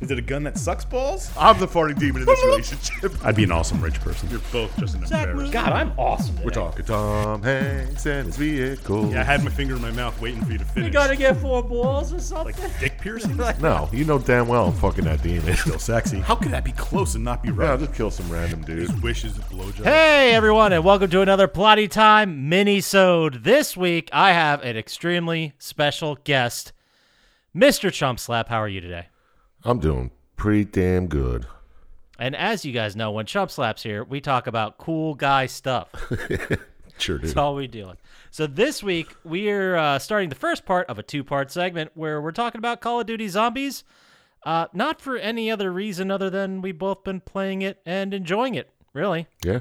Is it a gun that sucks balls? I'm the farting demon in this relationship. I'd be an awesome rich person. You're both just an embarrassment. God, I'm awesome. We're talking Tom Hanks and his vehicle. Yeah, I had my finger in my mouth waiting for you to finish. You gotta get four balls or something. dick piercing? No, you know damn well I'm fucking that demon. Still sexy. How could that be close and not be Yeah, I'll right? just kill some random dude. Wishes of blowjob. Hey everyone, and welcome to another Plotty Time mini-sode. This week I have an extremely special guest, Mr. Chumpslap. How are you today? I'm doing pretty damn good. And as you guys know, when Chumpslap's here, we talk about cool guy stuff. Sure do. That's all we do. So this week we're uh, starting the first part of a two-part segment where we're talking about Call of Duty Zombies, uh, not for any other reason other than we've both been playing it and enjoying it. Really, Yeah.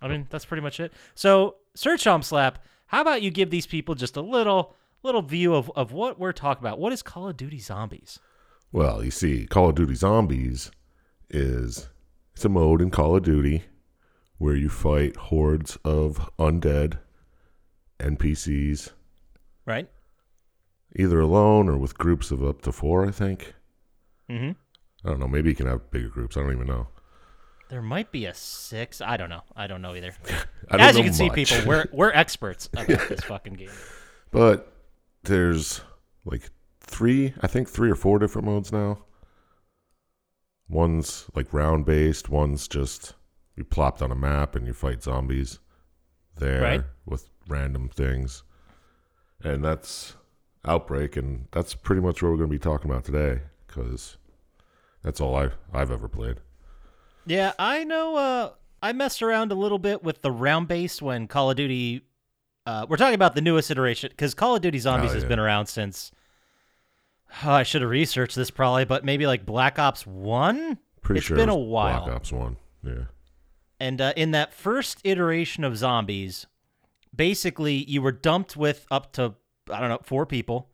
I mean that's pretty much it. So Sir Chomslap, how about you give these people just a little little view of, of what we're talking about? What is Call of Duty Zombies? Well, you see, Call of Duty Zombies is it's a mode in Call of Duty where you fight hordes of undead NPCs, Right. either alone or with groups of up to four, I think. Mm-hmm. I don't know, maybe you can have bigger groups. I don't even know. There might be a six. I don't know. I don't know either. I don't As you know can see, much. people, we're we're experts about this fucking game. But there's like three, I think three or four different modes now. One's like round based, one's just you plopped on a map and you fight zombies there Right. with random things. And that's Outbreak, and that's pretty much what we're going to be talking about today because that's all I've, I've ever played. Yeah, I know. Uh, I messed around a little bit with the round base when Call of Duty. Uh, we're talking about the newest iteration because Call of Duty Zombies Oh, has yeah. been around since. Oh, I should have researched this probably, but maybe like Black Ops One. Pretty It's sure been it a was while. Black Ops 1. Yeah. And uh, in that first iteration of zombies, basically you were dumped with up to, I don't know, four people.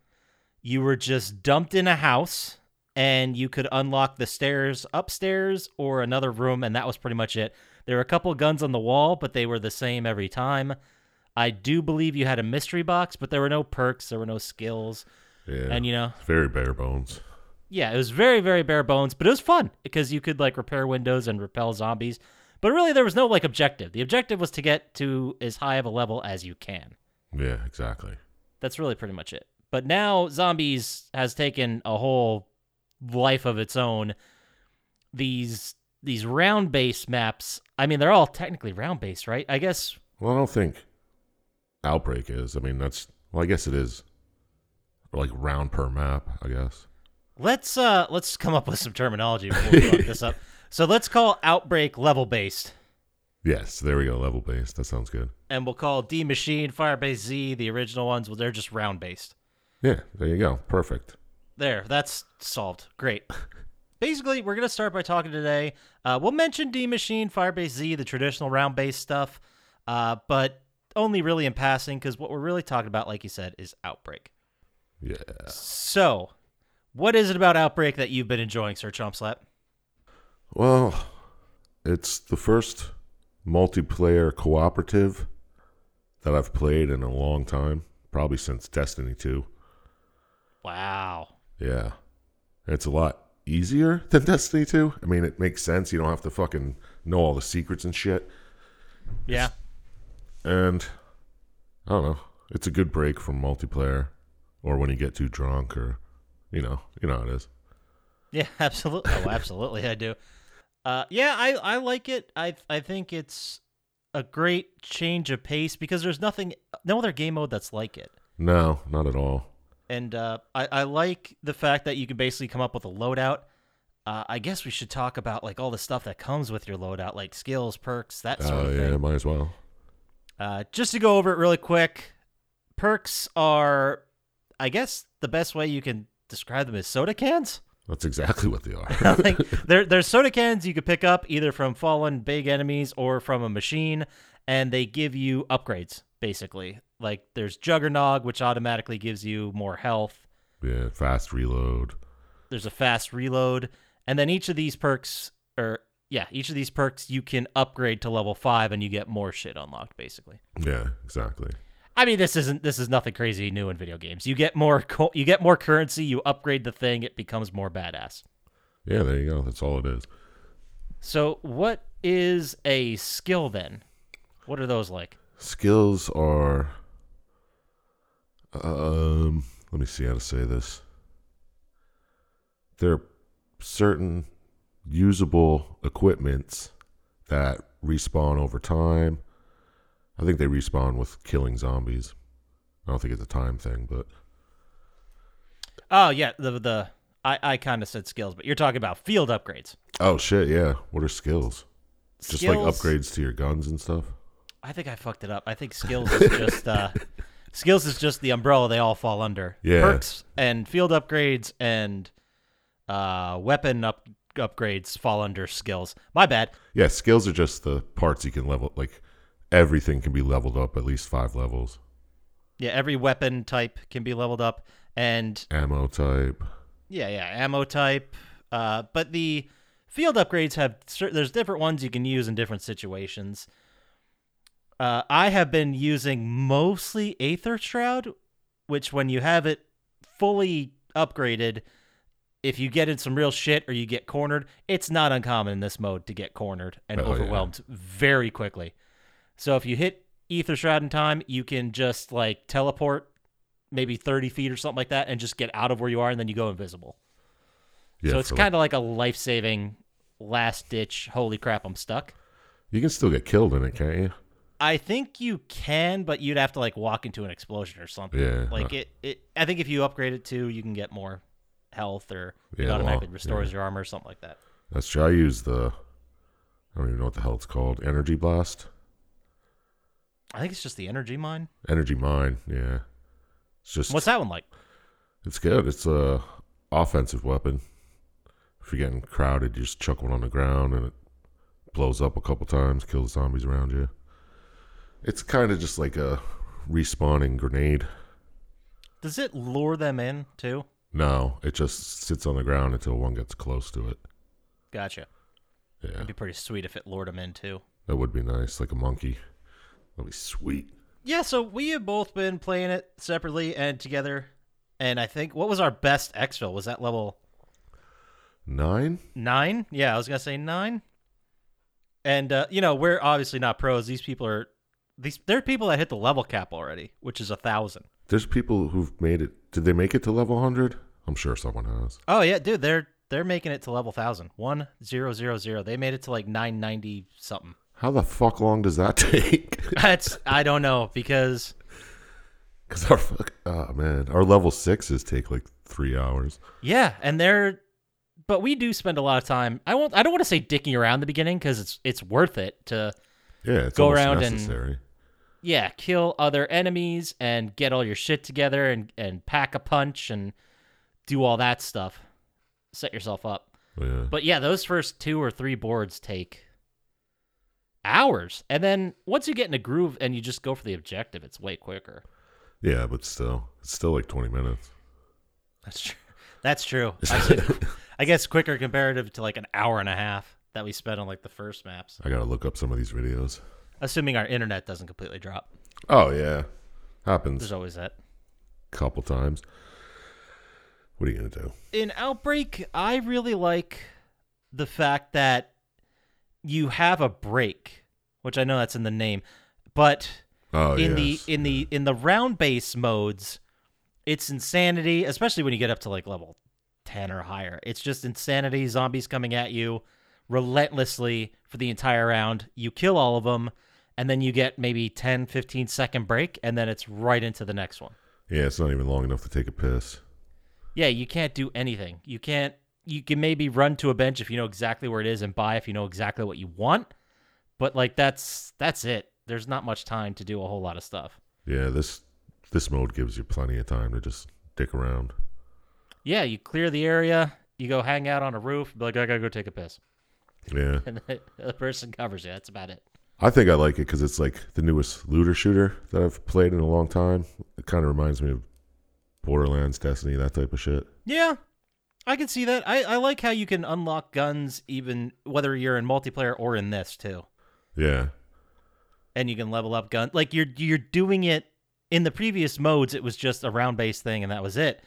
You were just dumped in a house and you could unlock the stairs upstairs or another room, and that was pretty much it. There were a couple guns on the wall, but they were the same every time. I do believe you had a mystery box, but there were no perks, there were no skills. Yeah. And you know, Very bare bones. yeah, it was very, very bare bones, but it was fun because you could like repair windows and repel zombies. But really, there was no like objective. The objective was to get to as high of a level as you can. Yeah, exactly. That's really pretty much it. But now, zombies has taken a whole life of its own. These these round based maps. I mean, they're all technically round based, right? I guess. Well, I don't think outbreak is. I mean, that's well, I guess it is. Or like round per map, I guess. Let's uh let's come up with some terminology before we fuck this up. So let's call outbreak level based. Yes, there we go. Level based. That sounds good. and we'll call D Machine, Firebase Z, the original ones. Well, they're just round based. Yeah, there you go. Perfect. There, that's solved. Great. Basically, we're gonna start by talking today. Uh, we'll mention D Machine, Firebase Z, the traditional round based stuff, uh, but only really in passing because what we're really talking about, like you said, is Outbreak. Yeah. So, what is it about Outbreak that you've been enjoying, Sir Chompslap? Well, it's the first multiplayer cooperative that I've played in a long time, probably since Destiny 2. Wow. Yeah. It's a lot easier than Destiny 2. I mean, it makes sense. You don't have to fucking know all the secrets and shit. Yeah. and I don't know. It's a good break from multiplayer, or when you get too drunk, or you know, you know how it is. Yeah, absolutely. Oh, absolutely, I do. Uh, yeah, I, I like it. I I think it's a great change of pace because there's nothing, no other game mode that's like it. No, not at all. And uh, I I like the fact that you can basically come up with a loadout. Uh, I guess we should talk about like all the stuff that comes with your loadout, like skills, perks, that sort Oh of yeah, thing. might as well. Uh, just to go over it really quick, perks are, I guess, the best way you can describe them is soda cans. That's exactly what they I are. think there, there's soda cans you could pick up either from fallen big enemies or from a machine, and they give you upgrades basically. Like there's Juggernog, which automatically gives you more health. yeah, fast reload. There's a fast reload, and then each of these perks, or yeah, each of these perks you can upgrade to level five, and you get more shit unlocked basically. Yeah, exactly. I mean, this isn't this is nothing crazy new in video games. You get more co- you get more currency, you upgrade the thing, it becomes more badass. Yeah, there you go. That's all it is. So, what is a skill then? What are those like? skills are um let me see how to say this there are certain usable equipments that respawn over time i think they respawn with killing zombies i don't think it's a time thing but Oh yeah, the the I I kind of said skills, but you're talking about field upgrades. oh shit yeah what are skills just like Skills- upgrades to your guns and stuff I think I fucked it up. I think skills is just uh, skills is just the umbrella they all fall under. Yeah. Perks and field upgrades and uh, weapon up upgrades fall under skills. My bad. yeah skills are just the parts you can level like everything can be leveled up at least five levels Yeah, every weapon type can be leveled up, and ammo type yeah, yeah, ammo type. Uh, but the field upgrades have cer- there's different ones you can use in different situations. Uh, I have been using mostly Aether Shroud, which when you have it fully upgraded, if you get in some real shit or you get cornered, it's not uncommon in this mode to get cornered and Oh, yeah. overwhelmed very quickly. So if you hit Aether Shroud in time, you can just like teleport maybe 30 feet or something like that and just get out of where you are and then you go invisible. Yeah, so it's for- kind of like a life saving, last ditch, holy crap, I'm stuck. you can still get killed in it, can't you? I think you can, but you'd have to like walk into an explosion or something. Yeah, Like uh. it, it I think if you upgrade it to, you can get more health or it Yeah, automatically well, restores your armor or something like that. That's true. I use the I don't even know what the hell it's called. Energy blast, I think it's just the energy mine. energy mine. Yeah, it's just What's that one like? it's good. It's a offensive weapon. If you're getting crowded, you just chuck one on the ground and it blows up a couple times, kills zombies around you. It's kind of just like a respawning grenade. Does it lure them in too? No, it just sits on the ground until one gets close to it. Gotcha. Yeah, It'd be pretty sweet if it lured them in too. that would be nice, like a monkey. That'd be sweet. Yeah, so we have both been playing it separately and together. And I think what was our best exfil? Was that level Nine. nine? Yeah, I was gonna say nine. And uh, you know, we're obviously not pros. These people are these there are people that hit the level cap already, which is a thousand. There's people who've made it. Did they make it to level 100? I'm sure someone has. Oh yeah, dude, they're they're making it to level thousand. One zero zero zero. They made it to like nine ninety something. How the fuck long does that take? That's I don't know because Because our fuck, oh man, our level sixes take like three hours. Yeah, and they're but we do spend a lot of time. I won't I don't want to say dicking around the beginning cuz it's it's worth it to Yeah, it's Go almost around and- necessary. yeah, kill other enemies and get all your shit together and and pack a punch and do all that stuff. Set yourself up. yeah, But yeah, those first two or three boards take hours. And then once you get in a groove and you just go for the objective, it's way quicker. yeah, but still, it's still like 20 minutes. That's true. That's true. I, should- I guess quicker comparative to like an hour and a half that we spent on like the first maps. I gotta look up some of these videos. assuming our internet doesn't completely drop. Oh yeah, happens There's always that. a couple times. What are you gonna do? In Outbreak, I really like the fact that you have a break, which I know that's in the name, but Oh in yes. the in the in the round base modes, it's insanity, especially when you get up to like level 10 or higher. It's just insanity, zombies coming at you relentlessly for the entire round. You kill all of them and then you get maybe 10 15 second break and then it's right into the next one. yeah, it's not even long enough to take a piss. Yeah, you can't do anything. You can't. You can maybe run to a bench if you know exactly where it is and buy if you know exactly what you want. But like that's that's it. There's not much time to do a whole lot of stuff. Yeah, this this mode gives you plenty of time to just dick around. Yeah, you clear the area. You go hang out on a roof. Be like, I gotta go take a piss, Yeah. and the other person covers you. That's about it. I think I like it because it's like the newest looter shooter that I've played in a long time. It kind of reminds me of Borderlands, Destiny, that type of shit. Yeah, I can see that. I I like how you can unlock guns even whether you're in multiplayer or in this too. Yeah, and you can level up gun like you're you're doing it in the previous modes it was just a round based thing and that was it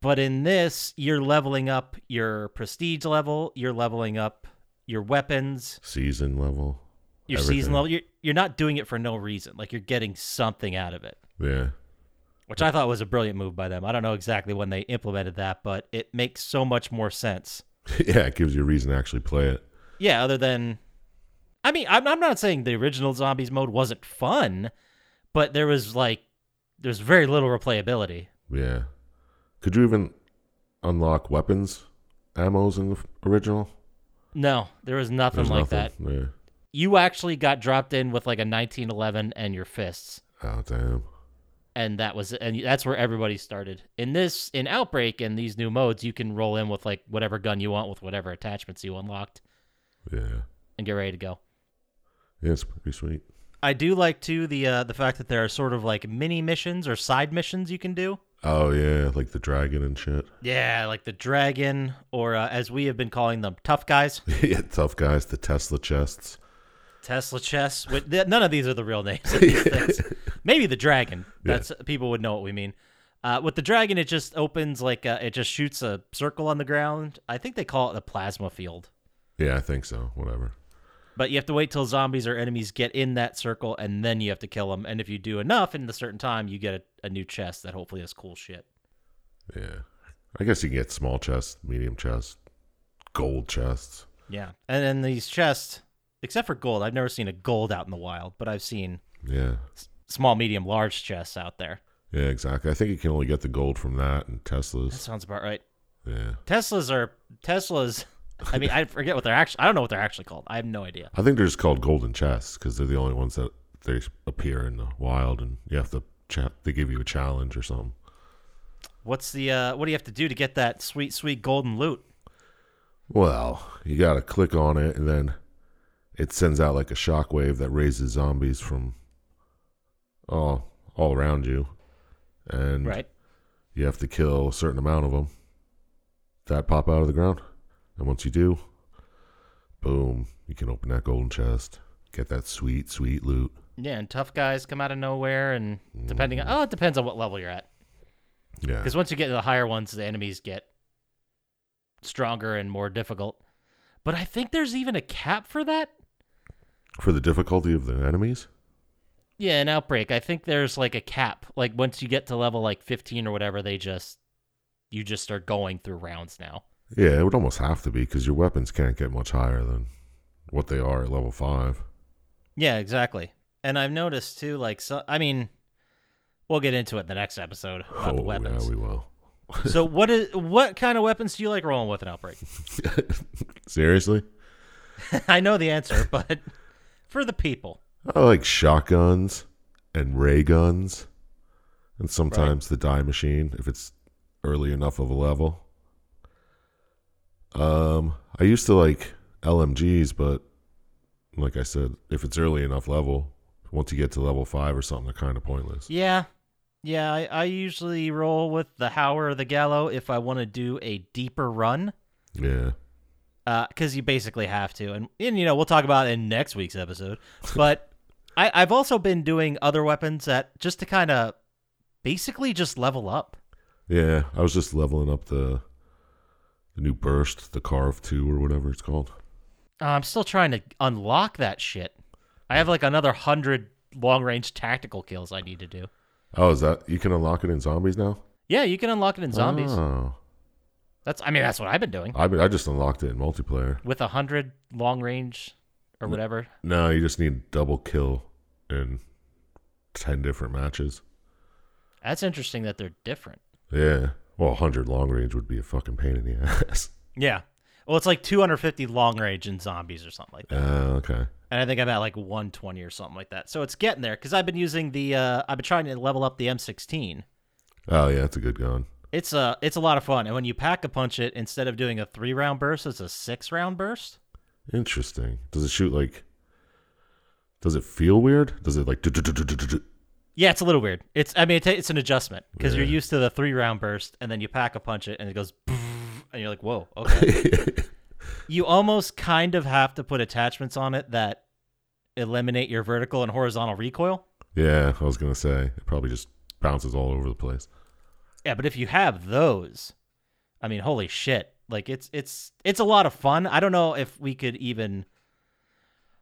But in this, you're leveling up your prestige level, you're leveling up your weapons, Season level. your everything. season level. You're, you're not doing it for no reason. Like you're getting something out of it, Yeah. which I thought was a brilliant move by them. I don't know exactly when they implemented that, but it makes so much more sense. yeah, it gives you a reason to actually play it. Yeah, other than, I mean, I'm, I'm not saying the original zombies mode wasn't fun, but there was like, there's very little replayability. Yeah. Could you even unlock weapons, ammos in the f- original? No, there was nothing There's like that. Yeah. You actually got dropped in with like a 1911 and your fists, Oh damn. and that was, and that's where everybody started. In this, in Outbreak and these new modes, you can roll in with like whatever gun you want with whatever attachments you unlocked Yeah. and get ready to go. Yeah, it's pretty sweet. I do like too the uh, the fact that there are sort of like mini missions or side missions you can do. Oh yeah, like the dragon and shit. Yeah, like the dragon, or uh, as we have been calling them, tough guys, yeah, tough guys, the Tesla chests. Tesla chess. With, th- none of these are the real names. of these things. Maybe the dragon. That's people would know what we mean. Uh, with the dragon, it just opens like uh it just shoots a circle on the ground. I think they call it a plasma field. Yeah, I think so. Whatever. But you have to wait till zombies or enemies get in that circle, and then you have to kill them. And if you do enough in a certain time, you get a, a new chest that hopefully has cool shit. Yeah. I guess you can get small chests, medium chests, gold chests. Yeah, and then these chests, except for gold, I've never seen a gold out in the wild, but I've seen Yeah. small, medium, large chests out there. Yeah, exactly. I think you can only get the gold from that and That Teslas. sounds about right. Yeah. Teslas are Teslas. I mean, I forget what they're actually. I don't know what they're actually called. I have no idea. I think they're just called golden chests because they're the only ones that they appear in the wild, and you have to cha- they give you a challenge or something. What's the uh, what do you have to do to get that sweet, sweet golden loot? Well, you gotta click on it, and then it sends out like a shockwave that raises zombies from all all around you, and Right. you have to kill a certain amount of them that pop out of the ground. And once you do, boom, you can open that golden chest, get that sweet, sweet loot. Yeah, and tough guys come out of nowhere, and depending on oh, it depends on what level you're at. Yeah, Because once you get to the higher ones, the enemies get stronger and more difficult. But I think there's even a cap for that. for the difficulty of the enemies. Yeah, an outbreak. I think there's like a cap. Like once you get to level like 15 or whatever, they just you just start going through rounds now. Yeah, it would almost have to be because your weapons can't get much higher than what they are at level five. Yeah, exactly. And I've noticed too like so I mean we'll get into it in the next episode about the weapons. Oh, yeah, we will. so what is what kind of weapons do you like rolling with an outbreak? Seriously, I know the answer, but for the people. I like shotguns and ray guns, and sometimes the die machine if it's early enough of a level. Um, I used to like LMGs, but like I said, if it's early enough level, once you get to level five or something, they're kind of pointless. Yeah. Yeah, I, I usually roll with the Hower or the Gallow if I want to do a deeper run. Yeah. because Uh, you basically have to, and and you know we'll talk about it in next week's episode. But I, I've also been doing other weapons that just to kind of basically just level up. Yeah, I was just leveling up the the new burst, the Carve Two or whatever it's called. Uh, I'm still trying to unlock that shit. I have like another hundred long range tactical kills I need to do. Oh, is that you can unlock it in zombies now? Yeah, you can unlock it in zombies. Oh, That's I mean that's what I've been doing I mean, I just unlocked it in multiplayer. with a hundred long range or whatever. No, you just need double kill in ten different matches. That's interesting that they're different. Yeah, well, hundred long range would be a fucking pain in the ass. Yeah. Well, it's like 250 long range in zombies or something like that. Uh, okay, and I think I'm at like 120 or something like that. So it's getting there because I've been using the uh, I've been trying to level up the M16. oh yeah, that's a good gun. It's a it's a lot of fun, and when you pack a punch it, instead of doing a three round burst, it's a six round burst. Interesting. Does it shoot like? Does it feel weird? Does it like? Yeah, it's a little weird. It's I mean it ta- it's an adjustment because you're used to the three round burst, and then you pack a punch it, and it goes, and you're like, whoa, okay. you almost kind of have to put attachments on it that eliminate your vertical and horizontal recoil. Yeah, I was gonna say it probably just bounces all over the place. Yeah, but if you have those, I mean, holy shit! Like it's it's it's a lot of fun. I don't know if we could even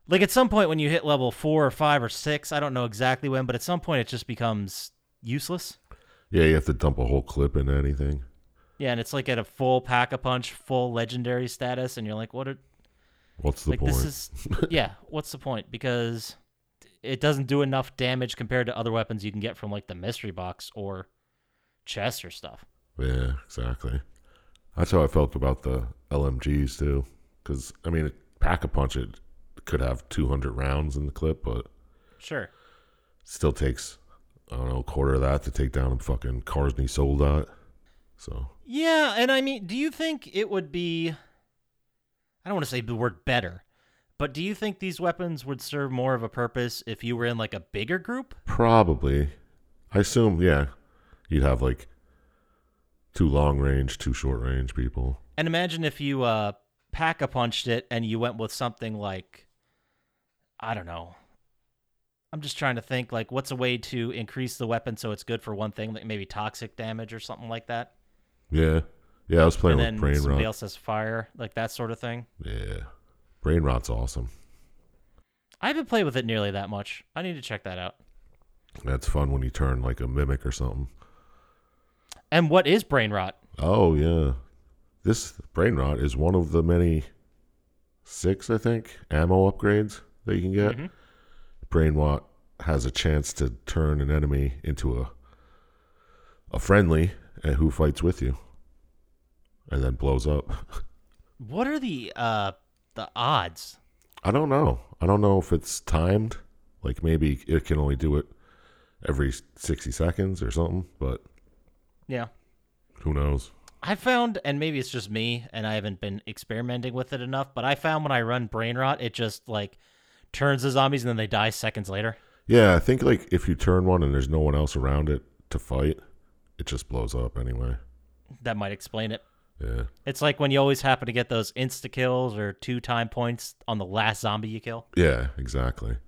like at some point when you hit level four or five or six, I don't know exactly when, but at some point it just becomes useless. Yeah, you have to dump a whole clip into anything. Yeah, and it's like at a full pack a punch, full legendary status, and you're like, what? Are, What's the like point? this is yeah. What's the point? Because it doesn't do enough damage compared to other weapons you can get from like the mystery box or chests or stuff. Yeah, exactly. That's how I felt about the LMGs too. Because I mean, pack a punch it could have 200 rounds in the clip, but Sure. still takes I don't know a quarter of that to take down a fucking Karsny Soldat. So Yeah, and I mean, do you think it would be I don't want to say the word better, but do you think these weapons would serve more of a purpose if you were in like a bigger group? probably, I assume, yeah, you'd have like two long range, two short range people. And imagine if you uh pack a punched it and you went with something like I don't know. I'm just trying to think like what's a way to increase the weapon so it's good for one thing, like maybe toxic damage or something like that. Yeah, yeah. I was playing and then with Brain Rot. somebody else has fire, like that sort of thing. Yeah, Brain Rot's awesome. I haven't played with it nearly that much. I need to check that out. That's fun when you turn like a mimic or something. And what is brain rot? Oh yeah, this brain rot is one of the many six, I think, ammo upgrades that you can get. Brain rot has a chance to turn an enemy into a a friendly and who fights with you, and then blows up. What are the uh the odds? I don't know. I don't know if it's timed. Like maybe it can only do it every sixty seconds or something. But Yeah. who knows? I found and maybe it's just me and I haven't been experimenting with it enough, but I found when I run brain rot it just like turns the zombies and then they die seconds later. Yeah, I think like if you turn one and there's no one else around it to fight, it just blows up anyway. That might explain it. Yeah. It's like when you always happen to get those insta kills or two time points on the last zombie you kill, Yeah, exactly.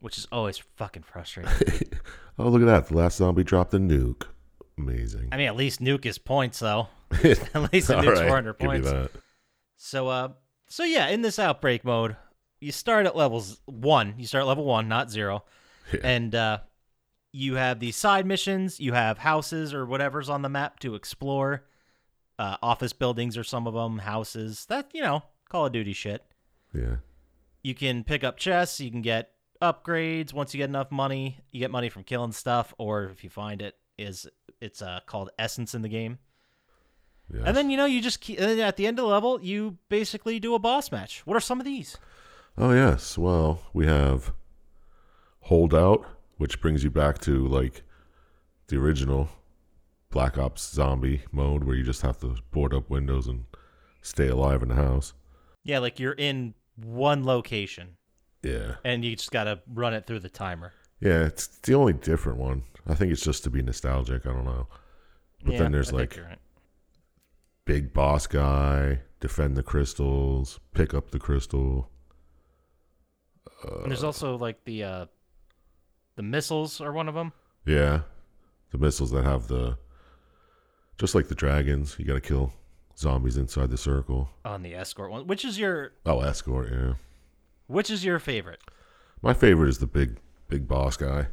which is always fucking frustrating. Oh, look at that. The last zombie dropped a nuke. Amazing. I mean, at least nuke his points though. at least it nukes 400 give me points. that. So uh so yeah, in this outbreak mode, you start at levels 1, you start at level 1, not 0. Yeah. And uh you have these side missions, you have houses or whatever's on the map to explore. Uh office buildings or some of them, houses. That, you know, Call of Duty shit. Yeah. You can pick up chests, you can get upgrades once you get enough money. You get money from killing stuff or if you find it is it's uh called essence in the game. Yeah. And then you know you just keep, and then at the end of the level you basically do a boss match. What are some of these? Oh yes. Well, we have holdout, which brings you back to like the original Black Ops zombie mode where you just have to board up windows and stay alive in the house. Yeah, like you're in one location Yeah. and you just gotta run it through the timer. Yeah, it's the only different one. I think it's just to be nostalgic. I don't know. But Yeah, then there's I think like you're right. big boss guy, defend the crystals, pick up the crystal. uh, and there's also like the uh the missiles are one of them. Yeah, the missiles that have the just like the dragons, you got to kill zombies inside the circle. On the escort one, which is your Oh, escort. Yeah, which is your favorite? my favorite is the big big boss guy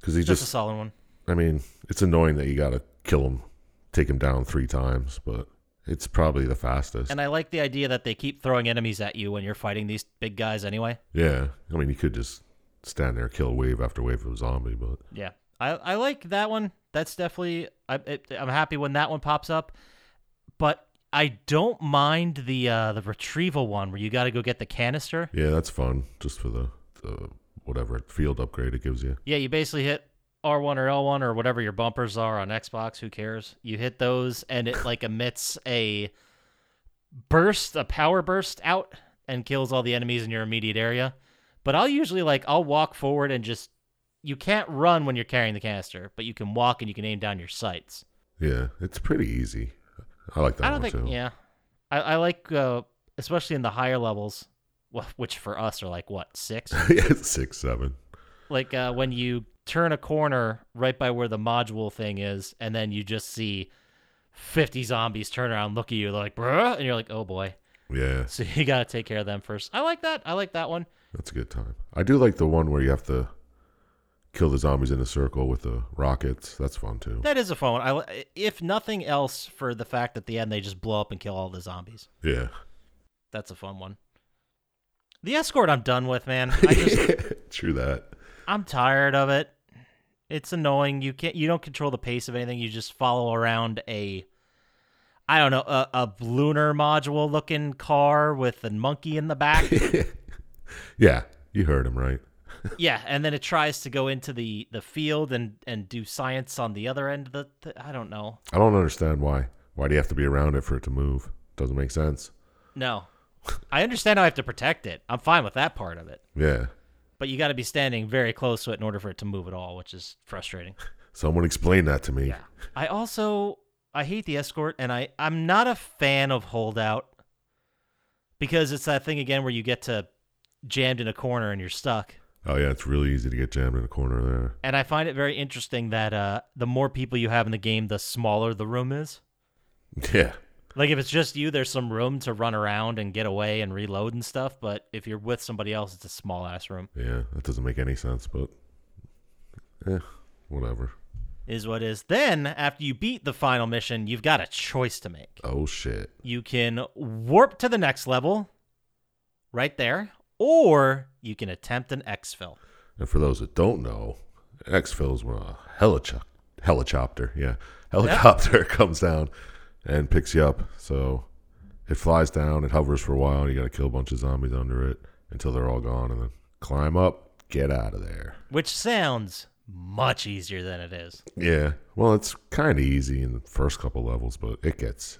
because he That's a just. solid one. I mean, it's annoying that you got to kill him, take him down three times, but it's probably the fastest. And I like the idea that they keep throwing enemies at you when you're fighting these big guys anyway. Yeah, I mean, you could just stand there, kill wave after wave of zombie, but Yeah, I, I like that one. That's definitely I it, I'm happy when that one pops up, but I don't mind the uh, the retrieval one where you got to go get the canister. yeah, that's fun just for the, the whatever field upgrade it gives you. Yeah, you basically hit R1 or L1 or whatever your bumpers are on Xbox. Who cares? You hit those and it like emits a burst, a power burst out, and kills all the enemies in your immediate area. But I'll usually like I'll walk forward and just you can't run when you're carrying the canister, but you can walk and you can aim down your sights. Yeah, it's pretty easy. I like that I don't one think. too. Yeah, I, I like uh, especially in the higher levels, wh- which for us are like what six? Yeah, it's six seven. like uh, when you turn a corner right by where the module thing is, and then you just see 50 zombies turn around, look at you, like, bruh, and you're like, oh boy. Yeah, So you got to take care of them first. I like that. I like that one. that's a good time. I do like the one where you have to kill the zombies in a circle with the rockets. That's fun too. That is a fun one. I, li- if nothing else, for the fact at the end they just blow up and kill all the zombies. Yeah. That's a fun one. The escort, I'm done with, man. I just, True that. I'm tired of it. It's annoying. You can't. You don't control the pace of anything. You just follow around a, I don't know, a, a lunar module looking car with a monkey in the back. Yeah, you heard him right. yeah, and then it tries to go into the the field and and do science on the other end of the. Th- I don't know. I don't understand why. Why do you have to be around it for it to move? Doesn't make sense. No, I understand how I have to protect it. I'm fine with that part of it, Yeah. but you got to be standing very close to it in order for it to move at all, which is frustrating. Someone explain that to me. Yeah. I also I hate the escort, and I I'm not a fan of holdout because it's that thing again where you get to jammed in a corner and you're stuck. Oh yeah, it's really easy to get jammed in a corner there. And I find it very interesting that uh, the more people you have in the game, the smaller the room is. Yeah. Like if it's just you, there's some room to run around and get away and reload and stuff. But if you're with somebody else, it's a small ass room. Yeah, that doesn't make any sense, but eh, whatever. Is what is. Then after you beat the final mission, you've got a choice to make. Oh shit. you can warp to the next level right there, or you can attempt an exfil. And for those that don't know, Xfil's when a helichop helicopter, yeah, helicopter comes down and picks you up. So it flies down, it hovers for a while, and you got to kill a bunch of zombies under it until they're all gone, and then climb up, get out of there. which sounds much easier than it is. Yeah. Well, it's kind of easy in the first couple levels, but it gets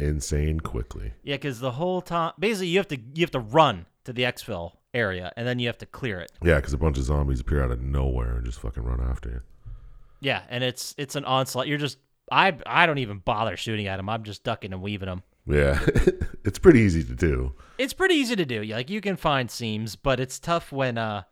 insane quickly. Yeah, because the whole time, basically, you have to you have to run to the exfil area, and then you have to clear it. Yeah, because a bunch of zombies appear out of nowhere and just fucking run after you. Yeah, and it's it's an onslaught. You're just I I don't even bother shooting at them. I'm just ducking and weaving them. Yeah, it's pretty easy to do. It's pretty easy to do. Yeah, Like you can find seams, but it's tough when uh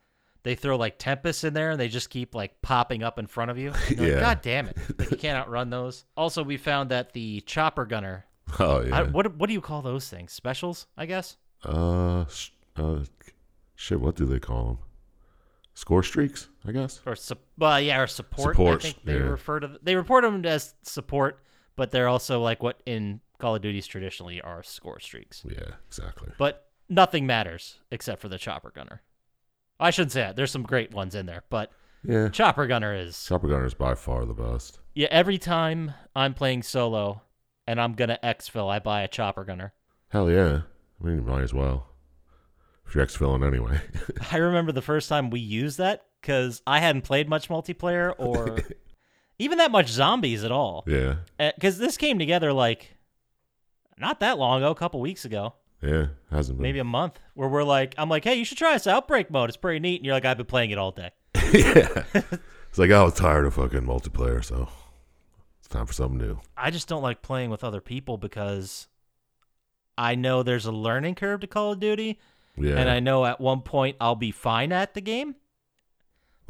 they throw like tempest in there and they just keep like popping up in front of you. And you're like, Yeah. God damn it! Like, you can't outrun those. Also, we found that the chopper gunner. Oh I, yeah. what what do you call those things? Specials, I guess. uh, sh- uh, shit. What do they call them? Score streaks, I guess. Or sup- uh, yeah, or support. I Support, think they yeah. refer to they report them as support, but they're also like what in Call of Duty's traditionally are score streaks. Yeah, exactly. But nothing matters except for the chopper gunner. I shouldn't say that. There's some great ones in there, but Yeah, chopper gunner is chopper gunner is by far the best. Yeah, every time I'm playing solo and I'm gonna exfil, I buy a chopper gunner. Hell yeah. I mean, you might as well. If you're X-filling anyway. I remember the first time we used that because I hadn't played much multiplayer or even that much zombies at all. yeah. Because this came together like not that long ago, a couple weeks ago, Yeah. Hasn't been. maybe a month, where we're like, I'm like, hey, you should try this outbreak mode. It's pretty neat. And you're like, I've been playing it all day. yeah. It's like I was tired of fucking multiplayer, so it's time for something new. I just don't like playing with other people because I know there's a learning curve to Call of Duty. Yeah. and I know at one point I'll be fine at the game,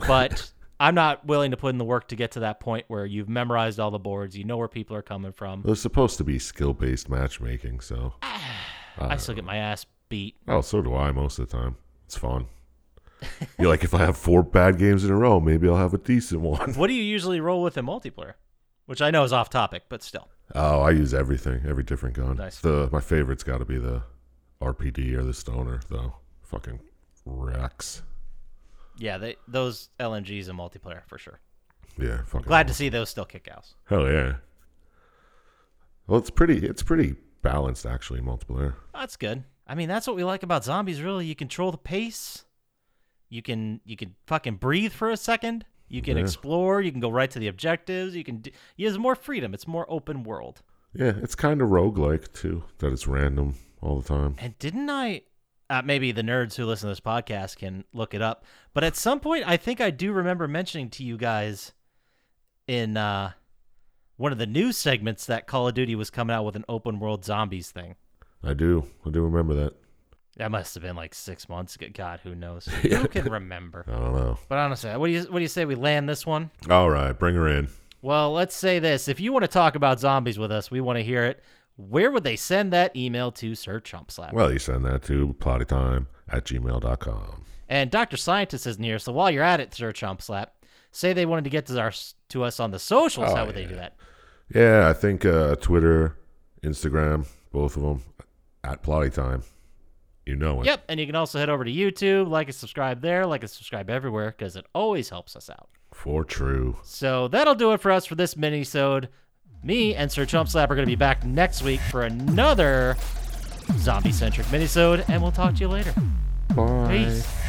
but I'm not willing to put in the work to get to that point where you've memorized all the boards, you know where people are coming from. Well, it's supposed to be skill-based matchmaking, so I still get my ass beat. oh, so do I most of the time. It's fun. You're like, if I have four bad games in a row, maybe I'll have a decent one. What do you usually roll with in multiplayer? Which I know is off topic, but still. Oh, I use everything, every different gun. Nice. The my favorite's got to be the RPD or the Stoner, though. Fucking wrecks. Yeah, they, those LNGs in multiplayer for sure. Yeah, fucking. Glad to see those still kick ass. Hell yeah. Well, it's pretty. It's pretty balanced actually, multiplayer. That's good. I mean, that's what we like about zombies. Really, you control the pace. You can you can fucking breathe for a second. You can Yeah. explore. You can go right to the objectives. You can do, yeah, there's more freedom. It's more open world. Yeah, it's kind of roguelike too, that it's random all the time. And didn't I? Uh, maybe the nerds who listen to this podcast can look it up. But at some point, I think I do remember mentioning to you guys in uh, one of the news segments that Call of Duty was coming out with an open world zombies thing. I do. I do remember that. That must have been like six months ago. God, who knows? Yeah. Who can remember? I don't know. But honestly, what do you what do you say we land this one? All right, bring her in. Well, let's say this: if you want to talk about zombies with us, we want to hear it. Where would they send that email to, Sir Chumpslap? Well, you send that to plottytime at gmail.com. And Dr. Scientist is near, so while you're at it, Sir Chumpslap, say they wanted to get to, our, to us on the socials. Oh, how would they yeah. do that? Yeah, I think uh, Twitter, Instagram, both of them at Plotty Time. You know it. Yep, and you can also head over to YouTube, like and subscribe there, like and subscribe everywhere, because it always helps us out. For true. So that'll do it for us for this mini-sode. Me and Sir Chumpslap are going to be back next week for another zombie-centric mini-sode, and we'll talk to you later. Bye. Peace.